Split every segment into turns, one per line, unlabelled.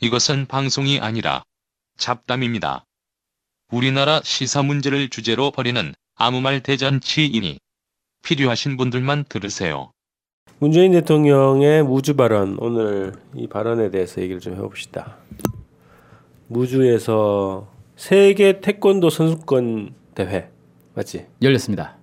이것은 방송이 아니라 잡담입니다. 우리나라 시사 문제를 주제로 벌이는 아무 말 대잔치이니 필요하신 분들만 들으세요.
문재인 대통령의 무주 발언 오늘 이 발언에 대해서 얘기를 좀 해봅시다. 무주에서 세계 태권도 선수권 대회 맞지?
열렸습니다.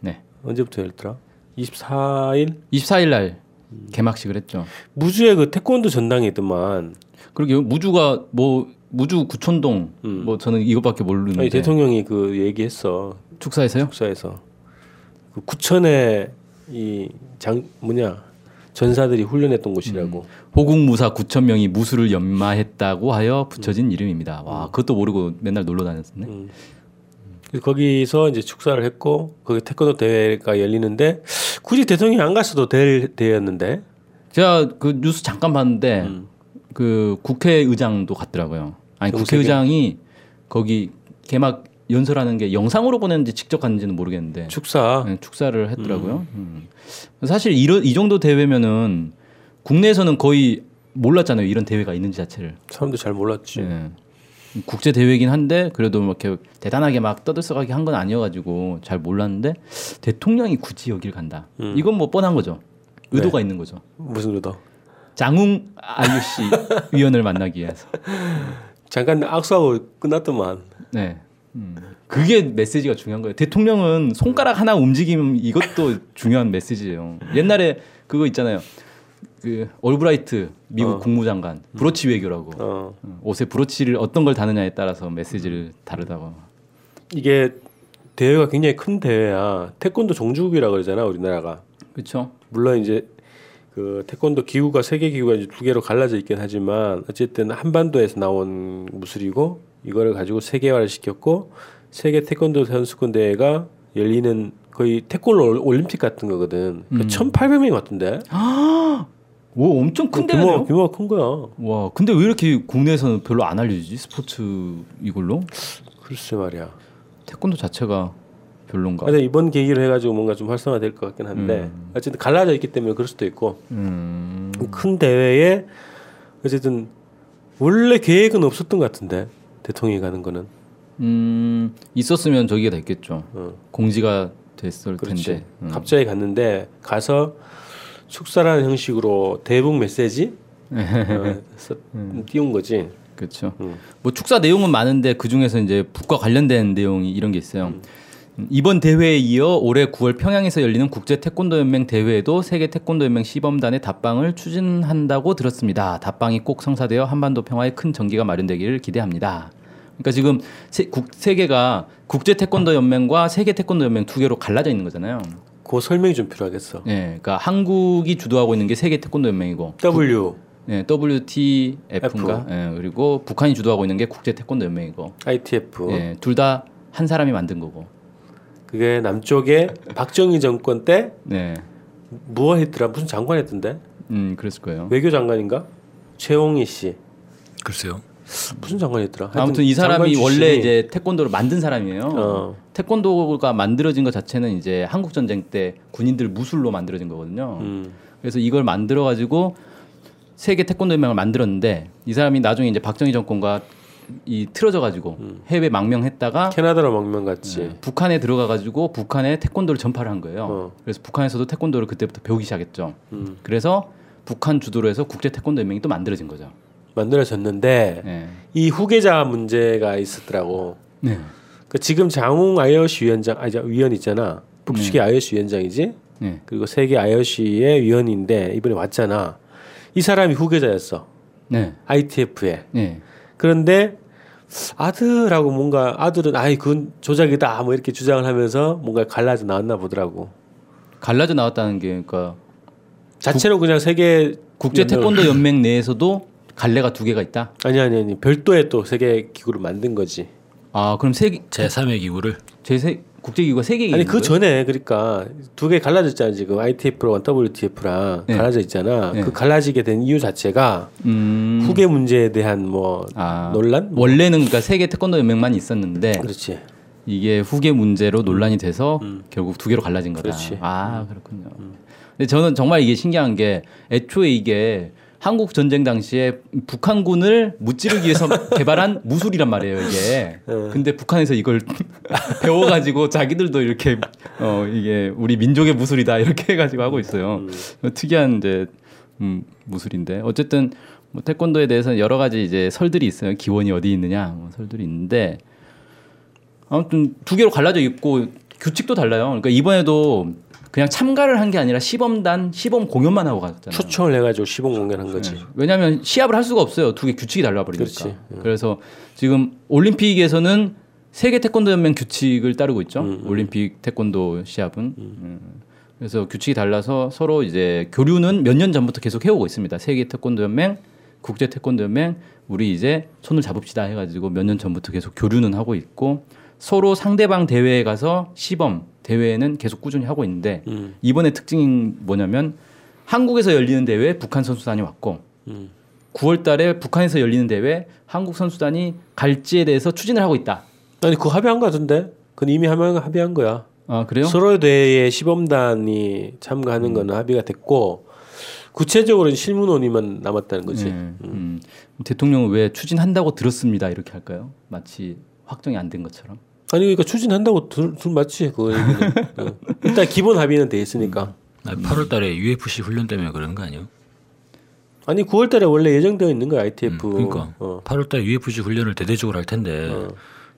네.
언제부터 열더라? 24일
24일 날
음.
개막식을 했죠.
무주에 그 태권도 전당이 있더만
그리고 무주가 뭐 무주 구촌동 뭐 저는 이것밖에 모르는데
음. 아니, 대통령이 그 얘기했어
축사에서요?
국사에서 그 구천에 이 장 뭐냐 전사들이 훈련했던 곳이라고
호국무사 9천 명이 무술을 연마했다고 하여
음.
붙여진 이름입니다. 와 그것도 모르고 맨날 놀러 다녔었네.
그래서 거기서 이제 축사를 했고 거기 태권도 대회가 열리는데 굳이 대통령이 안 갔어도 될 대회였는데
제가 그 뉴스 잠깐 봤는데
음.
그 국회의장도 갔더라고요. 아니
영세계?
국회의장이 거기 개막 연설하는 게 영상으로 보냈는지 직접 갔는지는 모르겠는데
축사
네, 축사를 했더라고요. 음. 사실 이런 이 정도 대회면은 국내에서는 거의 몰랐잖아요. 이런 대회가 있는지 자체를.
사람도 잘 몰랐지.
예. 국제 대회긴 한데 그래도 막 이렇게 대단하게 막 떠들썩하게 한 건 아니어가지고 잘 몰랐는데 대통령이 굳이 여길 간다. 이건 뭐 뻔한 거죠. 의도가 있는 거죠.
무슨 그다
장웅 IUC 위원을 만나기 위해서.
잠깐 악수하고 끝났더만.
네. 음. 그게 메시지가 중요한 거예요. 대통령은 손가락 하나 움직임 이것도 중요한 메시지예요. 옛날에 그거 있잖아요. 그 올브라이트 미국 국무장관 브로치 외교라고
어.
어, 옷에 브로치를 어떤 걸 다느냐에 따라서 메시지를 다르다고.
이게 대회가 굉장히 큰 대회야. 태권도 종주국이라 그러잖아 우리나라가.
그렇죠.
물론 이제 그 태권도 기구가 세계 기구가 이제 두 개로 갈라져 있긴 하지만 어쨌든 한반도에서 나온 무술이고 이거를 가지고 세계화를 시켰고 세계 태권도 선수권 대회가 열리는 거의 태권도 올- 올림픽 같은
음.
거거든. 그 1,800명이 왔던데.
오 엄청 큰
규모
데네요.
규모가 큰 거야.
와 근데 왜 이렇게 국내에서는 별로 안 알려지지 스포츠 이걸로
글쎄 말이야.
태권도 자체가 별론가.
근데 이번 계기로 해가지고 뭔가 좀 활성화될 것 같긴 한데 어쨌든 갈라져 있기 때문에 그럴 수도 있고
음
큰 대회에 어쨌든 원래 계획은 없었던 것 같은데 대통령이 가는 거는.
음 있었으면 저기가 됐겠죠. 공지가 됐을 텐데. 음.
갑자기 갔는데 가서 축사라는 형식으로 대북 메시지 어, 써-
음.
띄운 거지.
그렇죠. 뭐 축사 내용은 많은데 그 중에서 이제 북과 관련된 내용이 이런 게 있어요. 음, 이번 대회에 이어 올해 9월 평양에서 열리는 국제 태권도 연맹 대회에도 세계 태권도 연맹 시범단의 답방을 추진한다고 들었습니다. 답방이 꼭 성사되어 한반도 평화에 큰 전기가 마련되기를 기대합니다. 그러니까 지금 세, 국, 세계가 국제 태권도 연맹과 세계 태권도 연맹 두 개로 갈라져 있는 거잖아요.
그 설명이 좀 필요하겠어.
예, 그러니까 한국이 주도하고 있는 게 세계 태권도 연맹이고
W
예, WTF인가? 예, 그리고 북한이 주도하고 있는 게 국제 태권도 연맹이고.
ITF
예, 둘 다 한 사람이 만든 거고.
그게 남쪽에 박정희 정권 때
네.
무엇 했더라 무슨 장관 했던데
음, 그랬을 거예요.
외교 장관인가 최홍희 씨
글쎄요.
무슨 장관 했더라 하여튼
아무튼 이 사람이
장관
원래
출신이-
이제 태권도를 만든 사람이에요.
어.
태권도가 만들어진 것 자체는 이제 한국 전쟁 때 군인들 무술로 만들어진 거거든요.
음,
그래서 이걸 만들어 가지고 세계 태권도 연맹을 만들었는데 이 사람이 나중에 이제 박정희 정권과 이 틀어져 가지고
음.
해외 망명했다가
캐나다로 망명갔지
네. 북한에 들어가 가지고 북한에 태권도를 전파를 한 거예요.
어.
그래서 북한에서도 태권도를 그때부터 배우기 시작했죠.
음,
그래서 북한 주도로 해서 국제 태권도 연맹이 또 만들어진 거죠.
만들어졌는데
네.
이 후계자 문제가 있었더라고
네.
그 지금 장웅 IOC 위원장 아니 위원 있잖아 북측의 IOC 위원장이지
네.
그리고 세계 IOC의 위원인데 이번에 왔잖아 이 사람이 후계자였어
네.
ITF에
네.
그런데 아들하고 뭔가 아들은 아이 그건 조작이다 뭐 이렇게 주장을 하면서 뭔가 갈라져 나왔나 보더라고
갈라져 나왔다는 게 그러니까
자체로 그냥 세계
국제
연맹을-
태권도 연맹 내에서도 갈래가 두 개가 있다.
아니 아니 아니 별도의 또 세계 기구를 만든 거지
아, 그럼 세계
제3의 기구를
제세 국제 기구가 세 개가
아니
있는
그
거예요?
전에 그러니까 두 개 갈라졌잖아 지금 ITF랑 WTF랑
네.
갈라져 있잖아
네.
그 갈라지게 된 이유 자체가
음.
후계 문제에 대한 뭐
아.
논란
원래는 그러니까 세계 태권도 연맹만 있었는데
그렇지
이게 후계 문제로 논란이 돼서
음.
결국 두 개로 갈라진 거다.
그렇지. 음.
아 그렇군요. 근데 저는 정말 이게 신기한 게 애초에 이게 한국 전쟁 당시에 북한군을 무찌르기 위해서 개발한 무술이란 말이에요
네.
이게. 근데 북한에서 이걸 배워가지고 자기들도 이렇게 어 이게 우리 민족의 무술이다 이렇게 해가지고 하고 있어요.
음.
특이한 이제 음, 무술인데 어쨌든 뭐 태권도에 대해서는 여러 가지 이제 설들이 있어요. 기원이 어디 있느냐 뭐 설들이 있는데 아무튼 두 개로 갈라져 있고 규칙도 달라요. 그러니까 이번에도 그냥 참가를 한 게 아니라 시범단 시범 공연만 하고 갔잖아요.
초청을 해가지고 시범 공연한 거지.
그렇죠. 왜냐하면 시합을 할 수가 없어요. 두 개 규칙이 달라버리니까. 그래서 지금 올림픽에서는 세계 태권도 연맹 규칙을 따르고 있죠. 올림픽 태권도 시합은. 음. 그래서 규칙이 달라서 서로 이제 교류는 몇 년 전부터 계속 해오고 있습니다. 세계 태권도 연맹, 국제 태권도 연맹, 우리 이제 손을 잡읍시다 해가지고 몇 년 전부터 계속 교류는 하고 있고 서로 상대방 대회에 가서 시범 대회는 계속 꾸준히 하고 있는데
음,
이번에 특징이 뭐냐면 한국에서 열리는 대회 북한 선수단이 왔고
음.
9월달에 북한에서 열리는 대회 한국 선수단이 갈지에 대해서 추진을 하고 있다.
아니 그거 합의한 거 같은데? 그건 이미 합의한, 합의한 거야.
아 그래요? 음.
서로의 대회에 시범단이 참가하는 거는 합의가 됐고 구체적으로는 실무 논의만 남았다는 거지.
네. 음. 대통령은 왜 추진한다고 들었습니다 이렇게 할까요? 마치 확정이 안 된 것처럼.
아니 그러니까 추진한다고 둘, 둘 맞지 그거 얘기는. 어. 일단 기본 합의는 돼
음.
있으니까.
아, 8월 달에 UFC 훈련 때문에 그러는 거 아니에요?
아니 9월달에 원래 예정되어 있는 거야 ITF.
음,
그러니까
어.
8월 달에 UFC 훈련을 대대적으로 할 텐데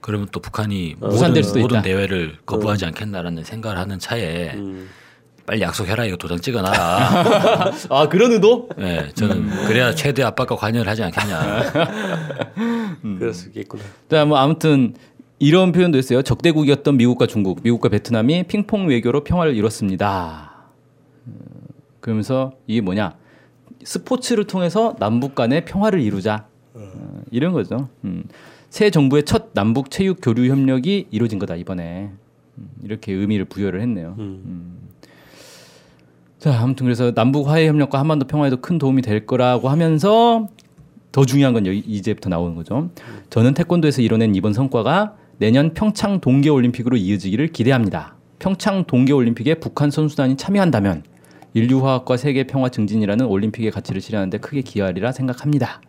그러면 또
어.
북한이
무산될
모든,
수도
모든
있다.
대회를 거부하지 않겠나라는 생각을 하는 차에
음.
빨리 약속해라 이거 도장 찍어놔라.
아 그런 의도?
네, 저는
음.
그래야 최대 압박과 관여를 하지 않겠냐.
음.
그럴 수 있겠구나.
자, 뭐 아무튼 이런 표현도 있어요. 적대국이었던 미국과 중국, 미국과 베트남이 핑퐁 외교로 평화를 이뤘습니다. 음, 그러면서 이게 뭐냐? 스포츠를 통해서 남북 간의 평화를 이루자 어, 이런 거죠. 음. 새 정부의 첫 남북 체육 교류 협력이 이루어진 거다 이번에 음, 이렇게 의미를 부여를 했네요.
음.
자, 아무튼 그래서 남북 화해 협력과 한반도 평화에도 큰 도움이 될 거라고 하면서 더 중요한 건 여기 이제부터 나오는 거죠. 저는 태권도에서 이뤄낸 이번 성과가 내년 평창 동계 올림픽으로 이어지기를 기대합니다. 평창 동계 올림픽에 북한 선수단이 참여한다면 인류 화합과 세계 평화 증진이라는 올림픽의 가치를 실현하는데 크게 기여하리라 생각합니다.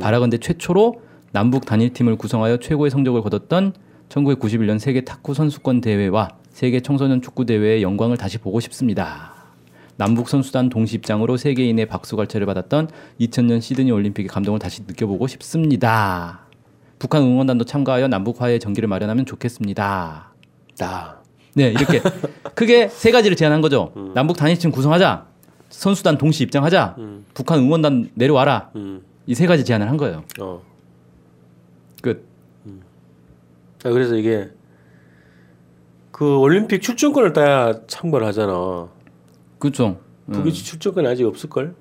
바라건대 최초로 남북 단일팀을 구성하여 최고의 성적을 거뒀던 1991년 세계 탁구 선수권 대회와 세계 청소년 축구 대회의 영광을 다시 보고 싶습니다. 남북 선수단 동시 입장으로 세계인의 박수 갈채를 받았던 2000년 시드니 올림픽의 감동을 다시 느껴보고 싶습니다. 북한 응원단도 참가하여 남북 화해의 전기를 마련하면 좋겠습니다.
나.
네, 이렇게 크게 세 가지를 제안한 거죠. 남북 단일팀 구성하자. 선수단 동시 입장하자. 북한 응원단 내려와라.
음.
이 세 가지 제안을 한 거예요.
어.
끝.
아, 그래서 이게 그 올림픽 출전권을 따야 참가를 하잖아.
그렇죠.
북이 출전권 아직 없을 걸.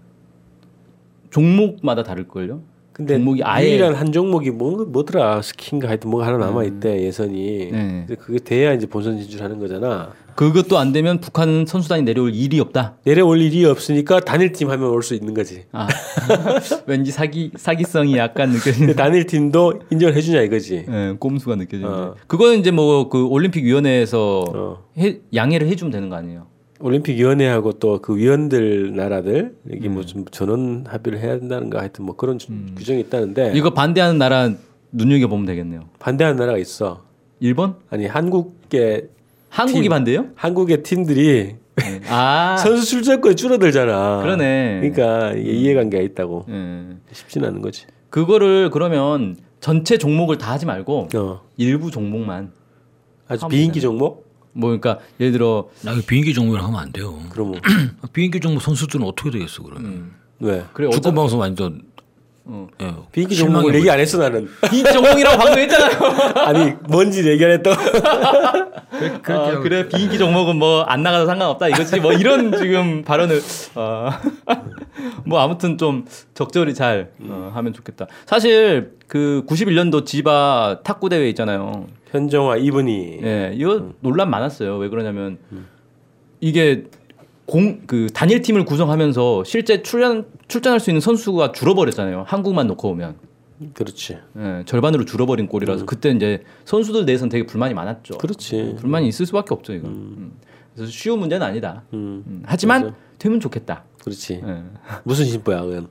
종목마다 다를 걸요.
근데
종목이 아예- 음.
유일한 한 종목이 뭐 뭐더라 스키인가 하여튼 뭐 하나 남아 있대 예선이.
네.
근데 그게 돼야 이제 본선 진출하는 거잖아.
그것도 안 되면 북한 선수단이 내려올 일이 없다.
내려올 일이 없으니까 단일팀 하면 올 수 있는 거지.
아, 왠지 사기 사기성이 약간 느껴지는
근데 단일팀도 인정을 해주냐 이거지.
예, 꼼수가 느껴지는데
어.
그거는 이제 뭐 그 올림픽 위원회에서
어.
해- 양해를 해주면 되는 거 아니에요?
올림픽 위원회하고 또 그 위원들 나라들 이게
음.
뭐좀 전원 합의를 해야 된다는가 하여튼 뭐 그런 주- 규정이 있다는데
이거 반대하는 나라 눈여겨 보면 되겠네요.
반대하는 나라가 있어.
일본?
아니 한국의
한국이
팀.
반대요?
한국의 팀들이
아
선수 출전권이 줄어들잖아.
그러네. 음.
그러니까 이게 이해관계가 있다고
예.
쉽진 않은 거지.
그거를 그러면 전체 종목을 다 하지 말고
어.
일부 종목만
아주
하면
비인기 종목?
뭐 그러니까 예를 들어
나 이거 비행기 종목을 하면 안 돼요.
그러면
비행기 종목 선수들은 어떻게 되겠어 그러면?
왜?
그래 어차-
축구 방송 완전
어.
예,
비인기
실망이
종목을 얘기 안 했어 나는.
이 종목이라고 방금 했잖아요.
아니 뭔지 얘기 안 했다고.
아, 그래 비인기 종목은 뭐 안 나가도 상관없다 이거지 뭐 이런 지금 발언을 아, 뭐 아무튼 좀 적절히 잘 어, 하면 좋겠다. 사실 그 91년도 지바 탁구 대회 있잖아요.
현정화 이분이
예, 이거 논란 많았어요. 왜 그러냐면 이게 공 그 단일 팀을 구성하면서 실제 출연 출전할 수 있는 선수가 줄어버렸잖아요. 한국만 놓고 오면
그렇지.
예, 절반으로 줄어버린 꼴이라서 그때 이제 선수들 내에서는 되게 불만이 많았죠.
그렇지.
불만이 있을 수밖에 없죠 이건. 음. 그래서 쉬운 문제는 아니다.
음.
음, 하지만
맞아.
되면 좋겠다.
그렇지.
예.
무슨 심보야 그건.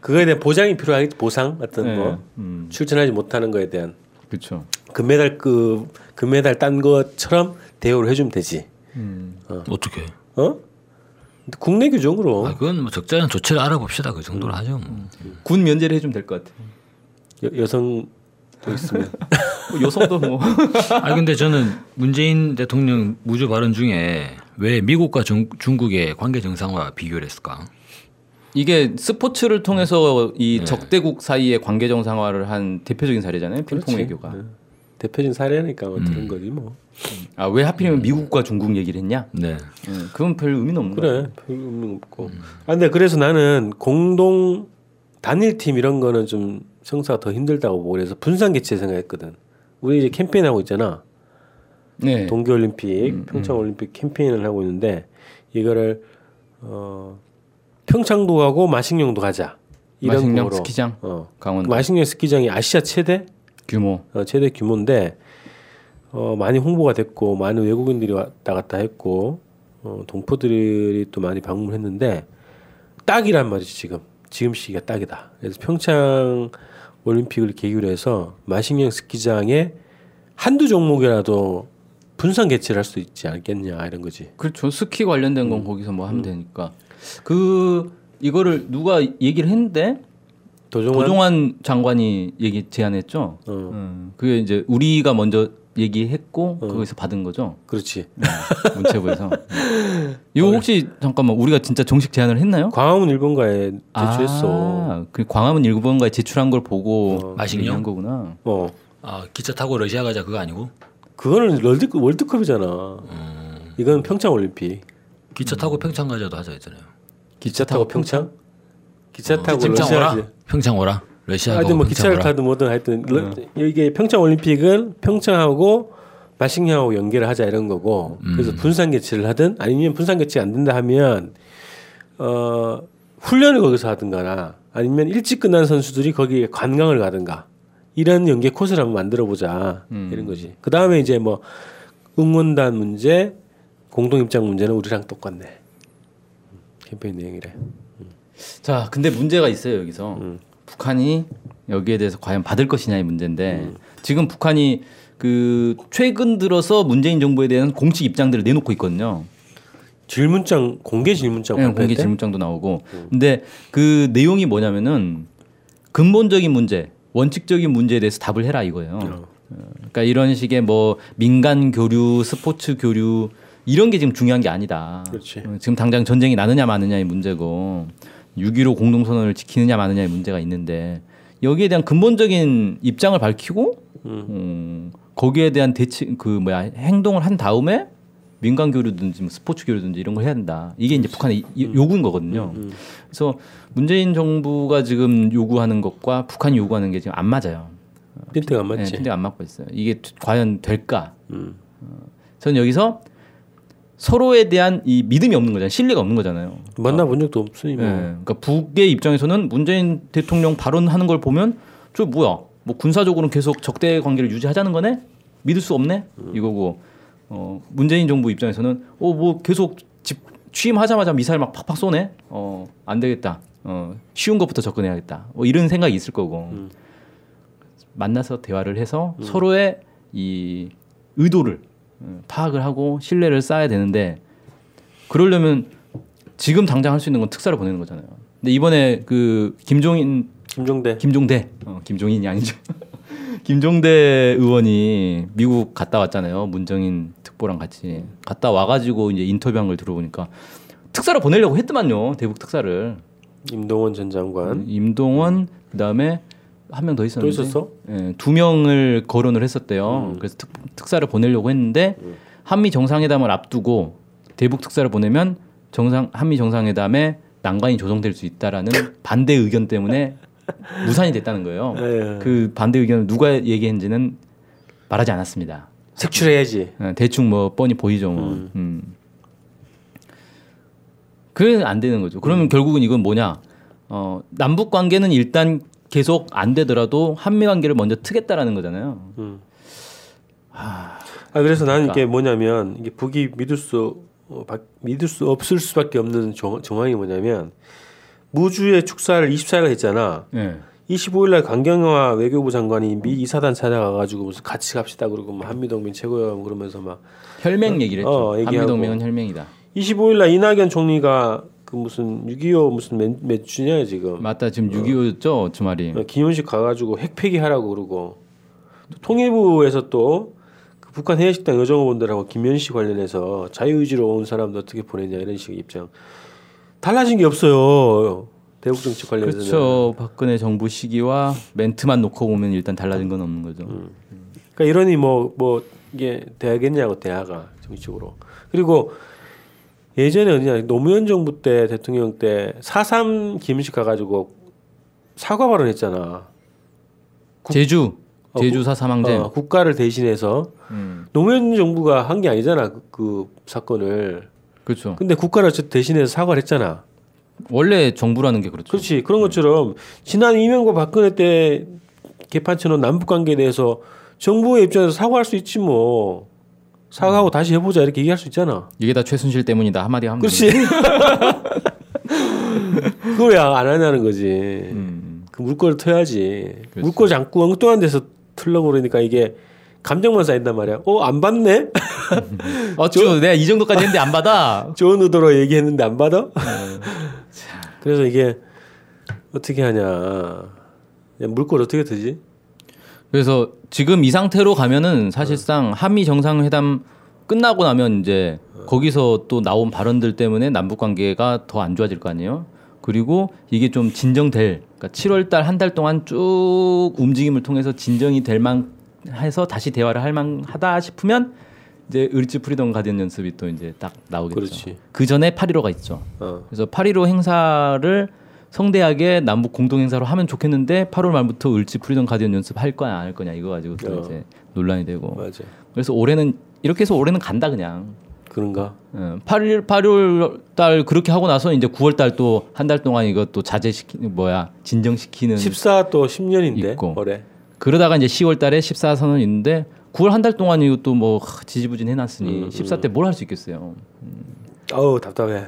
그거에 대한 보장이 필요하겠 보상 같은
네.
거
음,
출전하지 못하는 거에 대한
그렇죠.
금메달 그 금메달 딴 것처럼 대우를 해주면 되지.
음,
어떻게?
어? 국내 규정으로
아, 그건 뭐 적절한 조치를 알아봅시다. 그
음.
정도로 하죠. 뭐.
군 면제를 해주면 될 것 같아요.
여, 성도 있으면
뭐 여성도 뭐
아 근데 저는 문재인 대통령 무주 발언 중에 왜 미국과 중, 중국의 관계 정상화 비교를 했을까?
이게 스포츠를 통해서 이 적대국 사이의 관계 정상화를 한 대표적인 사례잖아요. 핑퐁
그렇지.
외교가. 음.
네. 대표적인 사례니까 뭐 들은 거지 뭐.
아 왜 하필이면 미국과 중국 얘기를 했냐?
네.
예, 그건 별 의미는 없는 거예요.
그래 별 의미 없고.
음.
아 근데 그래서 나는 공동 단일 팀 이런 거는 좀 성사가 더 힘들다고 보고 그래서 분산 개최 생각했거든. 우리 이제 캠페인 하고 있잖아.
네.
동계올림픽, 평창올림픽 캠페인을 하고 있는데 이거를 어 평창도하고 마식령도 가자 이런
마식령
거로.
스키장
어.
강원 도
마식령 스키장이 아시아 최대
규모.
어, 최대 규모인데 어, 많이 홍보가 됐고 많은 외국인들이 왔다 갔다 했고 어, 동포들이 또 많이 방문했는데 딱이란 말이지 지금 지금 시기가 딱이다. 그래서 평창 올림픽을 계기로 해서 마식령 스키장에 한두 종목이라도 분산 개최를 할 수 있지 않겠냐 이런 거지.
그렇죠. 스키 관련된
음.
건 거기서 뭐 하면 되니까. 그 이거를 누가 얘기를 했는데
도종환
도종환 그 장관이 얘기 제안했죠.
어.
음, 그게 이제 우리가 먼저 얘기했고
어.
거기서 받은 거죠.
그렇지.
문체부에서. 이거 혹시 잠깐만 우리가 진짜 정식 제안을 했나요?
광화문 일본가에 제출했어.
아, 그 광화문 일본가에 제출한 걸 보고
마식령?
얘기한 거구나.
어
아 기차 타고 러시아 가자 그거 아니고
그거는 월드컵 월드컵이잖아. 이건 평창 올림픽.
기차 타고 평창 가자도 하자 했잖아요.
기차 타고 평창? 기차 타고
평창
러시아.
오라. 평창 오라. 러시아 가고
하여튼 뭐
평창
기차를
오라.
타든 뭐든 하여튼 러- 이게 평창 올림픽은 평창하고 마식령하고 연계를 하자 이런 거고 그래서 분산 개최를 하든 아니면 분산 개최 안 된다 하면 어 훈련을 거기서 하든가나 아니면 일찍 끝난 선수들이 거기에 관광을 가든가 이런 연계 코스를 한번 만들어 보자 이런 거지 그 다음에 이제 뭐 응원단 문제 공동 입장 문제는 우리랑 똑같네 캠페인 내용이래
자, 근데 문제가 있어요 여기서
음.
북한이 여기에 대해서 과연 받을 것이냐의 문제인데
음.
지금 북한이 그 최근 들어서 문재인 정부에 대한 공식 입장들을 내놓고 있거든요.
질문장 공개 질문장
예,
발표할
공개
때? 음.
질문장도 나오고. 근데 그 내용이 뭐냐면은 근본적인 문제, 원칙적인 문제에 대해서 답을 해라 이거예요.
아.
어, 그러니까 이런 식의 뭐 민간 교류, 스포츠 교류 이런 게 지금 중요한 게 아니다.
그렇지.
어, 지금 당장 전쟁이 나느냐 마느냐의 문제고 6.15 공동선언을 지키느냐 마느냐의 문제가 있는데 여기에 대한 근본적인 입장을 밝히고 음, 거기에 대한 대치 그 뭐야 행동을 한 다음에 민간 교류든지 뭐 스포츠 교류든지 이런 걸 해야 된다. 이게 이제 북한의 이-
음.
요구인 거거든요. 그래서 문재인 정부가 지금 요구하는 것과 북한이 요구하는 게 지금 안 맞아요.
핀트가 안
네,
맞지. 음.
근데 안 맞고 있어요. 이게 과연 될까? 어, 저는 여기서 서로에 대한 이 믿음이 없는 거잖아요. 신뢰가 없는 거잖아요.
만나본 적도 없으니 뭐.
예, 그러니까 북의 입장에서는 문재인 대통령 발언하는 걸 보면 저 뭐야 뭐 군사적으로는 계속 적대 관계를 유지하자는 거네 믿을 수 없네 이거고 어, 문재인 정부 입장에서는 어 뭐 계속 집 취임하자마자 미사일 막 팍팍 쏘네 어 안 되겠다 어 쉬운 것부터 접근해야겠다 뭐 이런 생각이 있을 거고 만나서 대화를 해서 서로의 이 의도를 어, 파악을 하고 신뢰를 쌓아야 되는데 그러려면 지금 당장 할 수 있는 건 특사를 보내는 거잖아요. 근데 이번에 그 김종인
김종대.
김종대 어, 김종인이 아니죠. 김종대 의원이 미국 갔다 왔잖아요. 문정인 특보랑 같이 갔다 와가지고 이제 인터뷰한 걸 들어보니까 특사를 보내려고 했더만요. 대북 특사를
임동원 전 장관.
임동원 그다음에 한 명
음. 또
더 음, 있었는데
있었어?
예, 두 명을 거론을 했었대요. 그래서 특, 특사를 보내려고 했는데 한미 정상회담을 앞두고 대북 특사를 보내면 정상 한미 정상회담에 난관이 조성될 수 있다라는 반대 의견 때문에 무산이 됐다는 거예요.
예.
그 반대 의견을 누가 얘기했는지는 말하지 않았습니다.
색출해야지.
예, 대충 뭐 뻔히 보이죠. 뭐. 음. 그게 안 되는 거죠. 그러면
음.
결국은 이건 뭐냐? 어, 남북 관계는 일단 계속 안 되더라도 한미 관계를 먼저 트겠다라는 거잖아요.
아 그래서 나는
그러니까.
이게 뭐냐면 이게 북이 믿을 수 어, 바- 믿을 수 없을 수밖에 없는 정, 황이 뭐냐면 무주의 축사를 24일 했잖아.
예.
25일 날 강경화 외교부 장관이 미 이사단 찾아가가지고 무슨 같이 갑시다 그러고 뭐 한미동맹 최고야 그러면서 막
혈맹 얘기를 했죠.
어, 얘기하고.
한미동맹은 혈맹이다.
25일 날 이낙연 총리가 그 무슨 6.25 무슨 몇, 몇 주냐 지금
맞다. 지금 6.25죠 주말이.
어, 기념식 가가지고 핵폐기 하라고 그러고 또 통일부에서 또그 북한 해외식당 여정원들하고 김현식 관련해서 자유의지로 온 사람들 어떻게 보내냐 이런 식의 입장 달라진 게 없어요 대북 정치 관련해서는
그렇죠. 박근혜 정부 시기와 멘트만 놓고 보면 일단 달라진 건 없는 거죠.
그러니까 이러니 뭐 뭐 이게 돼야겠냐고 대화가 정식으로 그리고 예전에 어디냐 노무현 정부 때 대통령 때 사삼 김식 가가지고 사과 발언했잖아
제주
어,
제주 사 사망쟁.
어, 국가를 대신해서
음.
노무현 정부가 한 게 아니잖아 그, 그 사건을
그렇죠.
근데 국가를 어쨌든 대신해서 사과를 했잖아
원래 정부라는 게 그렇죠.
그렇지 그런 것처럼 지난 이명박 박근혜 때 개판처럼 남북 관계에 대해서 정부의 입장에서 사과할 수 있지 뭐 사과하고
음.
다시 해보자 이렇게 얘기할 수 있잖아
이게 다 최순실 때문이다 한마디 하면
그렇지 그걸 왜 안 하냐는 거지
되는 거죠. 음.
그 물꼬를 트야지
그렇지.
물꼬 잡고 엉뚱한 데서 틀려고 그러니까 이게 감정만 쌓인단 말이야 어 안 받네
어쭈 내가 이 정도까지 했는데 안 받아.
좋은 의도로 얘기했는데 안 받아?
음.
그래서 이게 어떻게 하냐. 물꼬를 어떻게 트지?
그래서 지금 이 상태로 가면은
네.
사실상 한미 정상회담 끝나고 나면 이제 거기서 또 나온 발언들 때문에 남북 관계가 더 안 좋아질 거 아니에요. 그리고 이게 좀 진정될 그러니까 7월 달 한 달 동안 쭉 움직임을 통해서 진정이 될만 해서 다시 대화를 할 만하다 싶으면 이제 을지 프리덤 가디언 연습이 또 이제 딱 나오겠죠.
그렇지.
그 전에 8.15가 있죠.
어.
그래서 8.15 행사를 성대하게 남북 공동 행사로 하면 좋겠는데 8월 말부터 을지 프리덤 가디언 연습 할 거야 안 할 거냐 이거 가지고 또
어.
이제 논란이 되고
맞아.
그래서 올해는 이렇게 해서 올해는 간다 그냥
그런가?
8일 8월 달 그렇게 하고 나서 이제 9월 달 또 한 달 동안 이것도 자제시키는 뭐야 진정시키는
14 또 10년인데.
음. 있고.
올해.
그러다가 이제 10월 달에 14선언 있는데 9월 한 달 동안 이것도 뭐 하, 지지부진 해놨으니 14 때 뭘 할 수 있겠어요
어우, 답답해.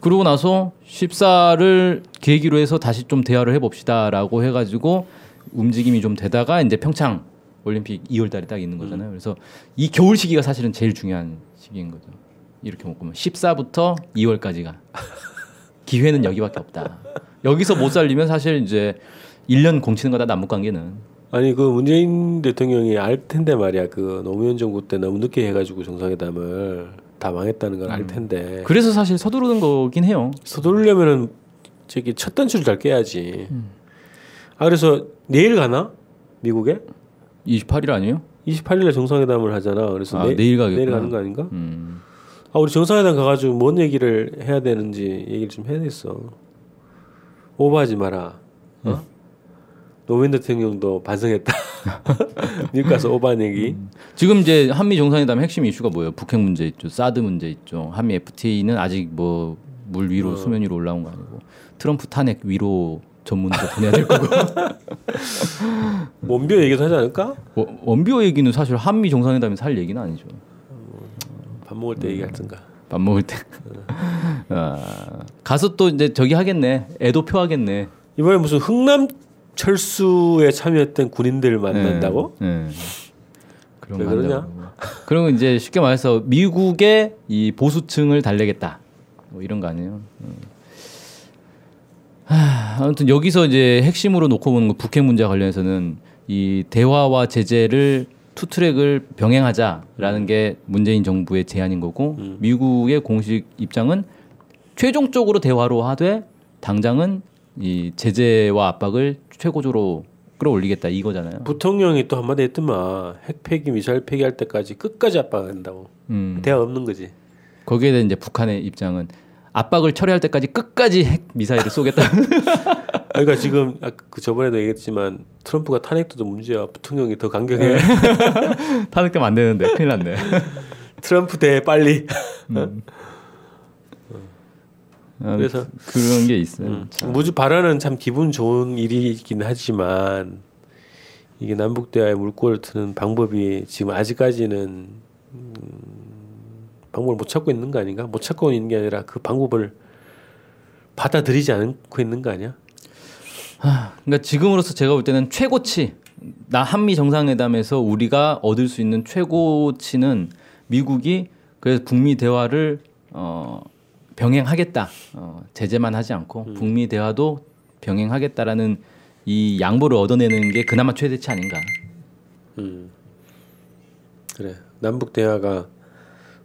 그러고 나서 14를 계기로 해서 다시 좀 대화를 해봅시다라고 해가지고 움직임이 좀 되다가 이제 평창 올림픽 2월달에 딱 있는 거잖아요. 그래서 이 겨울 시기가 사실은 제일 중요한 시기인 거죠. 이렇게 못 보면 14부터 2월까지가 기회는 여기밖에 없다. 여기서 못 살리면 사실 이제 1년 공치는 거다 남북 관계는.
아니, 그 문재인 대통령이 알 텐데 말이야. 그 노무현 정부 때 너무 늦게 해가지고 정상회담을 다 망했다는 걸
음.
알 텐데.
그래서 사실 서두르는 거긴 해요.
서두르려면은 저기 첫 단추를 잘 깨야지.
음.
아, 그래서 내일 가나? 미국에?
28일 아니에요?
28일에 정상회담을 하잖아. 그래서
아,
내,
내일 가겠구나.
내일 가는 거 아닌가?
음.
아 우리 정상회담 가가지고 뭔 얘기를 해야 되는지 얘기를 좀 해야 됐어. 오버하지 마라. 어? 노무현 대통령도 반성했다. 미국 가서 오버한 얘기.
음. 지금 이제 한미 정상회담 핵심 이슈가 뭐예요? 북핵 문제 있죠, 사드 문제 있죠. 한미 FTA는 아직 뭐 물 위로
어.
수면 위로 올라온 거 아니고 트럼프 탄핵 위로 전문가 보내야 될 거고
원비어 얘기도 하지 않을까?
원- 원비호 얘기는 사실 한미 정상회담이 살 얘기는 아니죠.
밥 먹을 때 얘기하든가.
밥 먹을 때
네.
아, 가서 또 이제 저기 하겠네, 애도표 하겠네.
이번에 무슨 흥남 철수에 참여했던 군인들 만난다고?
네. 그런
왜
거
그러냐?
한다고. 그런 거 이제 쉽게 말해서 미국의 이 보수층을 달래겠다. 뭐 이런 거 아니에요. 음. 하, 아무튼 여기서 이제 핵심으로 놓고 보는 거 북핵 문제 와 관련해서는 이 대화와 제재를 투 트랙을 병행하자라는 게 문재인 정부의 제안인 거고 미국의 공식 입장은 최종적으로 대화로 하되 당장은 이 제재와 압박을 최고조로 끌어올리겠다 이거잖아요.
부통령이 또 한마디 했더만 핵 폐기, 미사일 폐기할 때까지 끝까지 압박한다고.
음.
대화 없는 거지.
거기에 대한 이제 북한의 입장은 압박을 처리할 때까지 끝까지 핵 미사일을 쏘겠다.
그러니까 지금 아, 그 저번에도 얘기했지만 트럼프가 탄핵도 좀 문제야. 부통령이 더 강경해.
탄핵되면 안 되는데 큰일 났네.
트럼프 대 빨리.
아,
그래서-
그런 게 있어요. 음, 참.
음, 무주 발언은 참 기분 좋은 일이긴 하지만 이게 남북 대화의 물꼬를 트는 방법이 지금 아직까지는 음, 방법을 못 찾고 있는 거 아닌가? 못 찾고 있는 게 아니라 그 방법을 받아들이지 않고 있는 거 아니야?
그러니까 지금으로서 제가 볼 때는 최고치 나 한미 정상회담에서 우리가 얻을 수 있는 최고치는 미국이 그래서 북미 대화를 어, 병행하겠다 어, 제재만 하지 않고
음.
북미 대화도 병행하겠다라는 이 양보를 얻어내는 게 그나마 최대치 아닌가.
그래 남북 대화가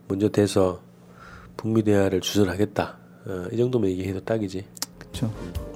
먼저 돼서 북미 대화를 주선하겠다. 어, 이 정도면 얘기해도 딱이지.
그렇죠.